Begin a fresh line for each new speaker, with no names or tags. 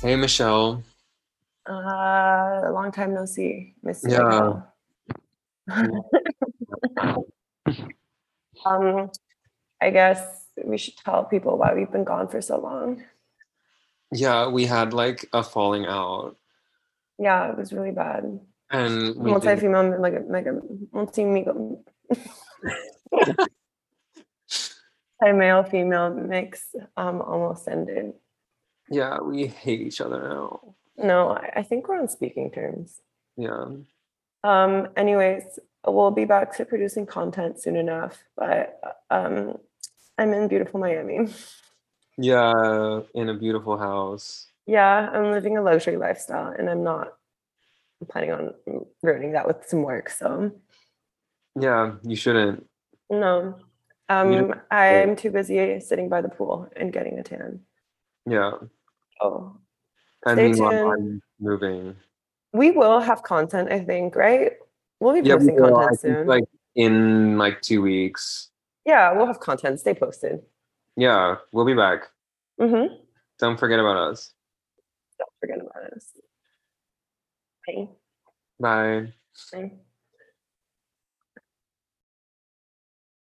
Hey, Michelle.
Uh, a long time no see, Miss.
Yeah.
Sigal. um, I guess we should tell people why we've been gone for so long.
Yeah, we had like a falling out,
Yeah, it was really bad.
and we
Multi
didn't-
female, like a like a multi male female mix um almost ended.
yeah, we hate each other now.
No, I, I think we're on speaking terms.
Yeah,
Um, anyways, we'll be back to producing content soon enough, but um, I'm in beautiful Miami.
yeah, in a beautiful house.
Yeah, I'm living a luxury lifestyle and I'm not planning on ruining that with some work. So,
Yeah, you shouldn't.
no,
don't-
um, I'm too busy sitting by the pool and getting a tan.
Yeah,
Oh,
and
Stay
meanwhile,
tuned.
I'm moving.
we will have content, I think, right? We'll be
Yeah, we
posting
will. I
content
think,
soon.
like in like two weeks.
yeah, we'll have content. Stay posted.
Yeah, we'll be back.
Mm-hmm.
Don't forget about us.
Don't forget about us. Bye.
Bye.
Bye.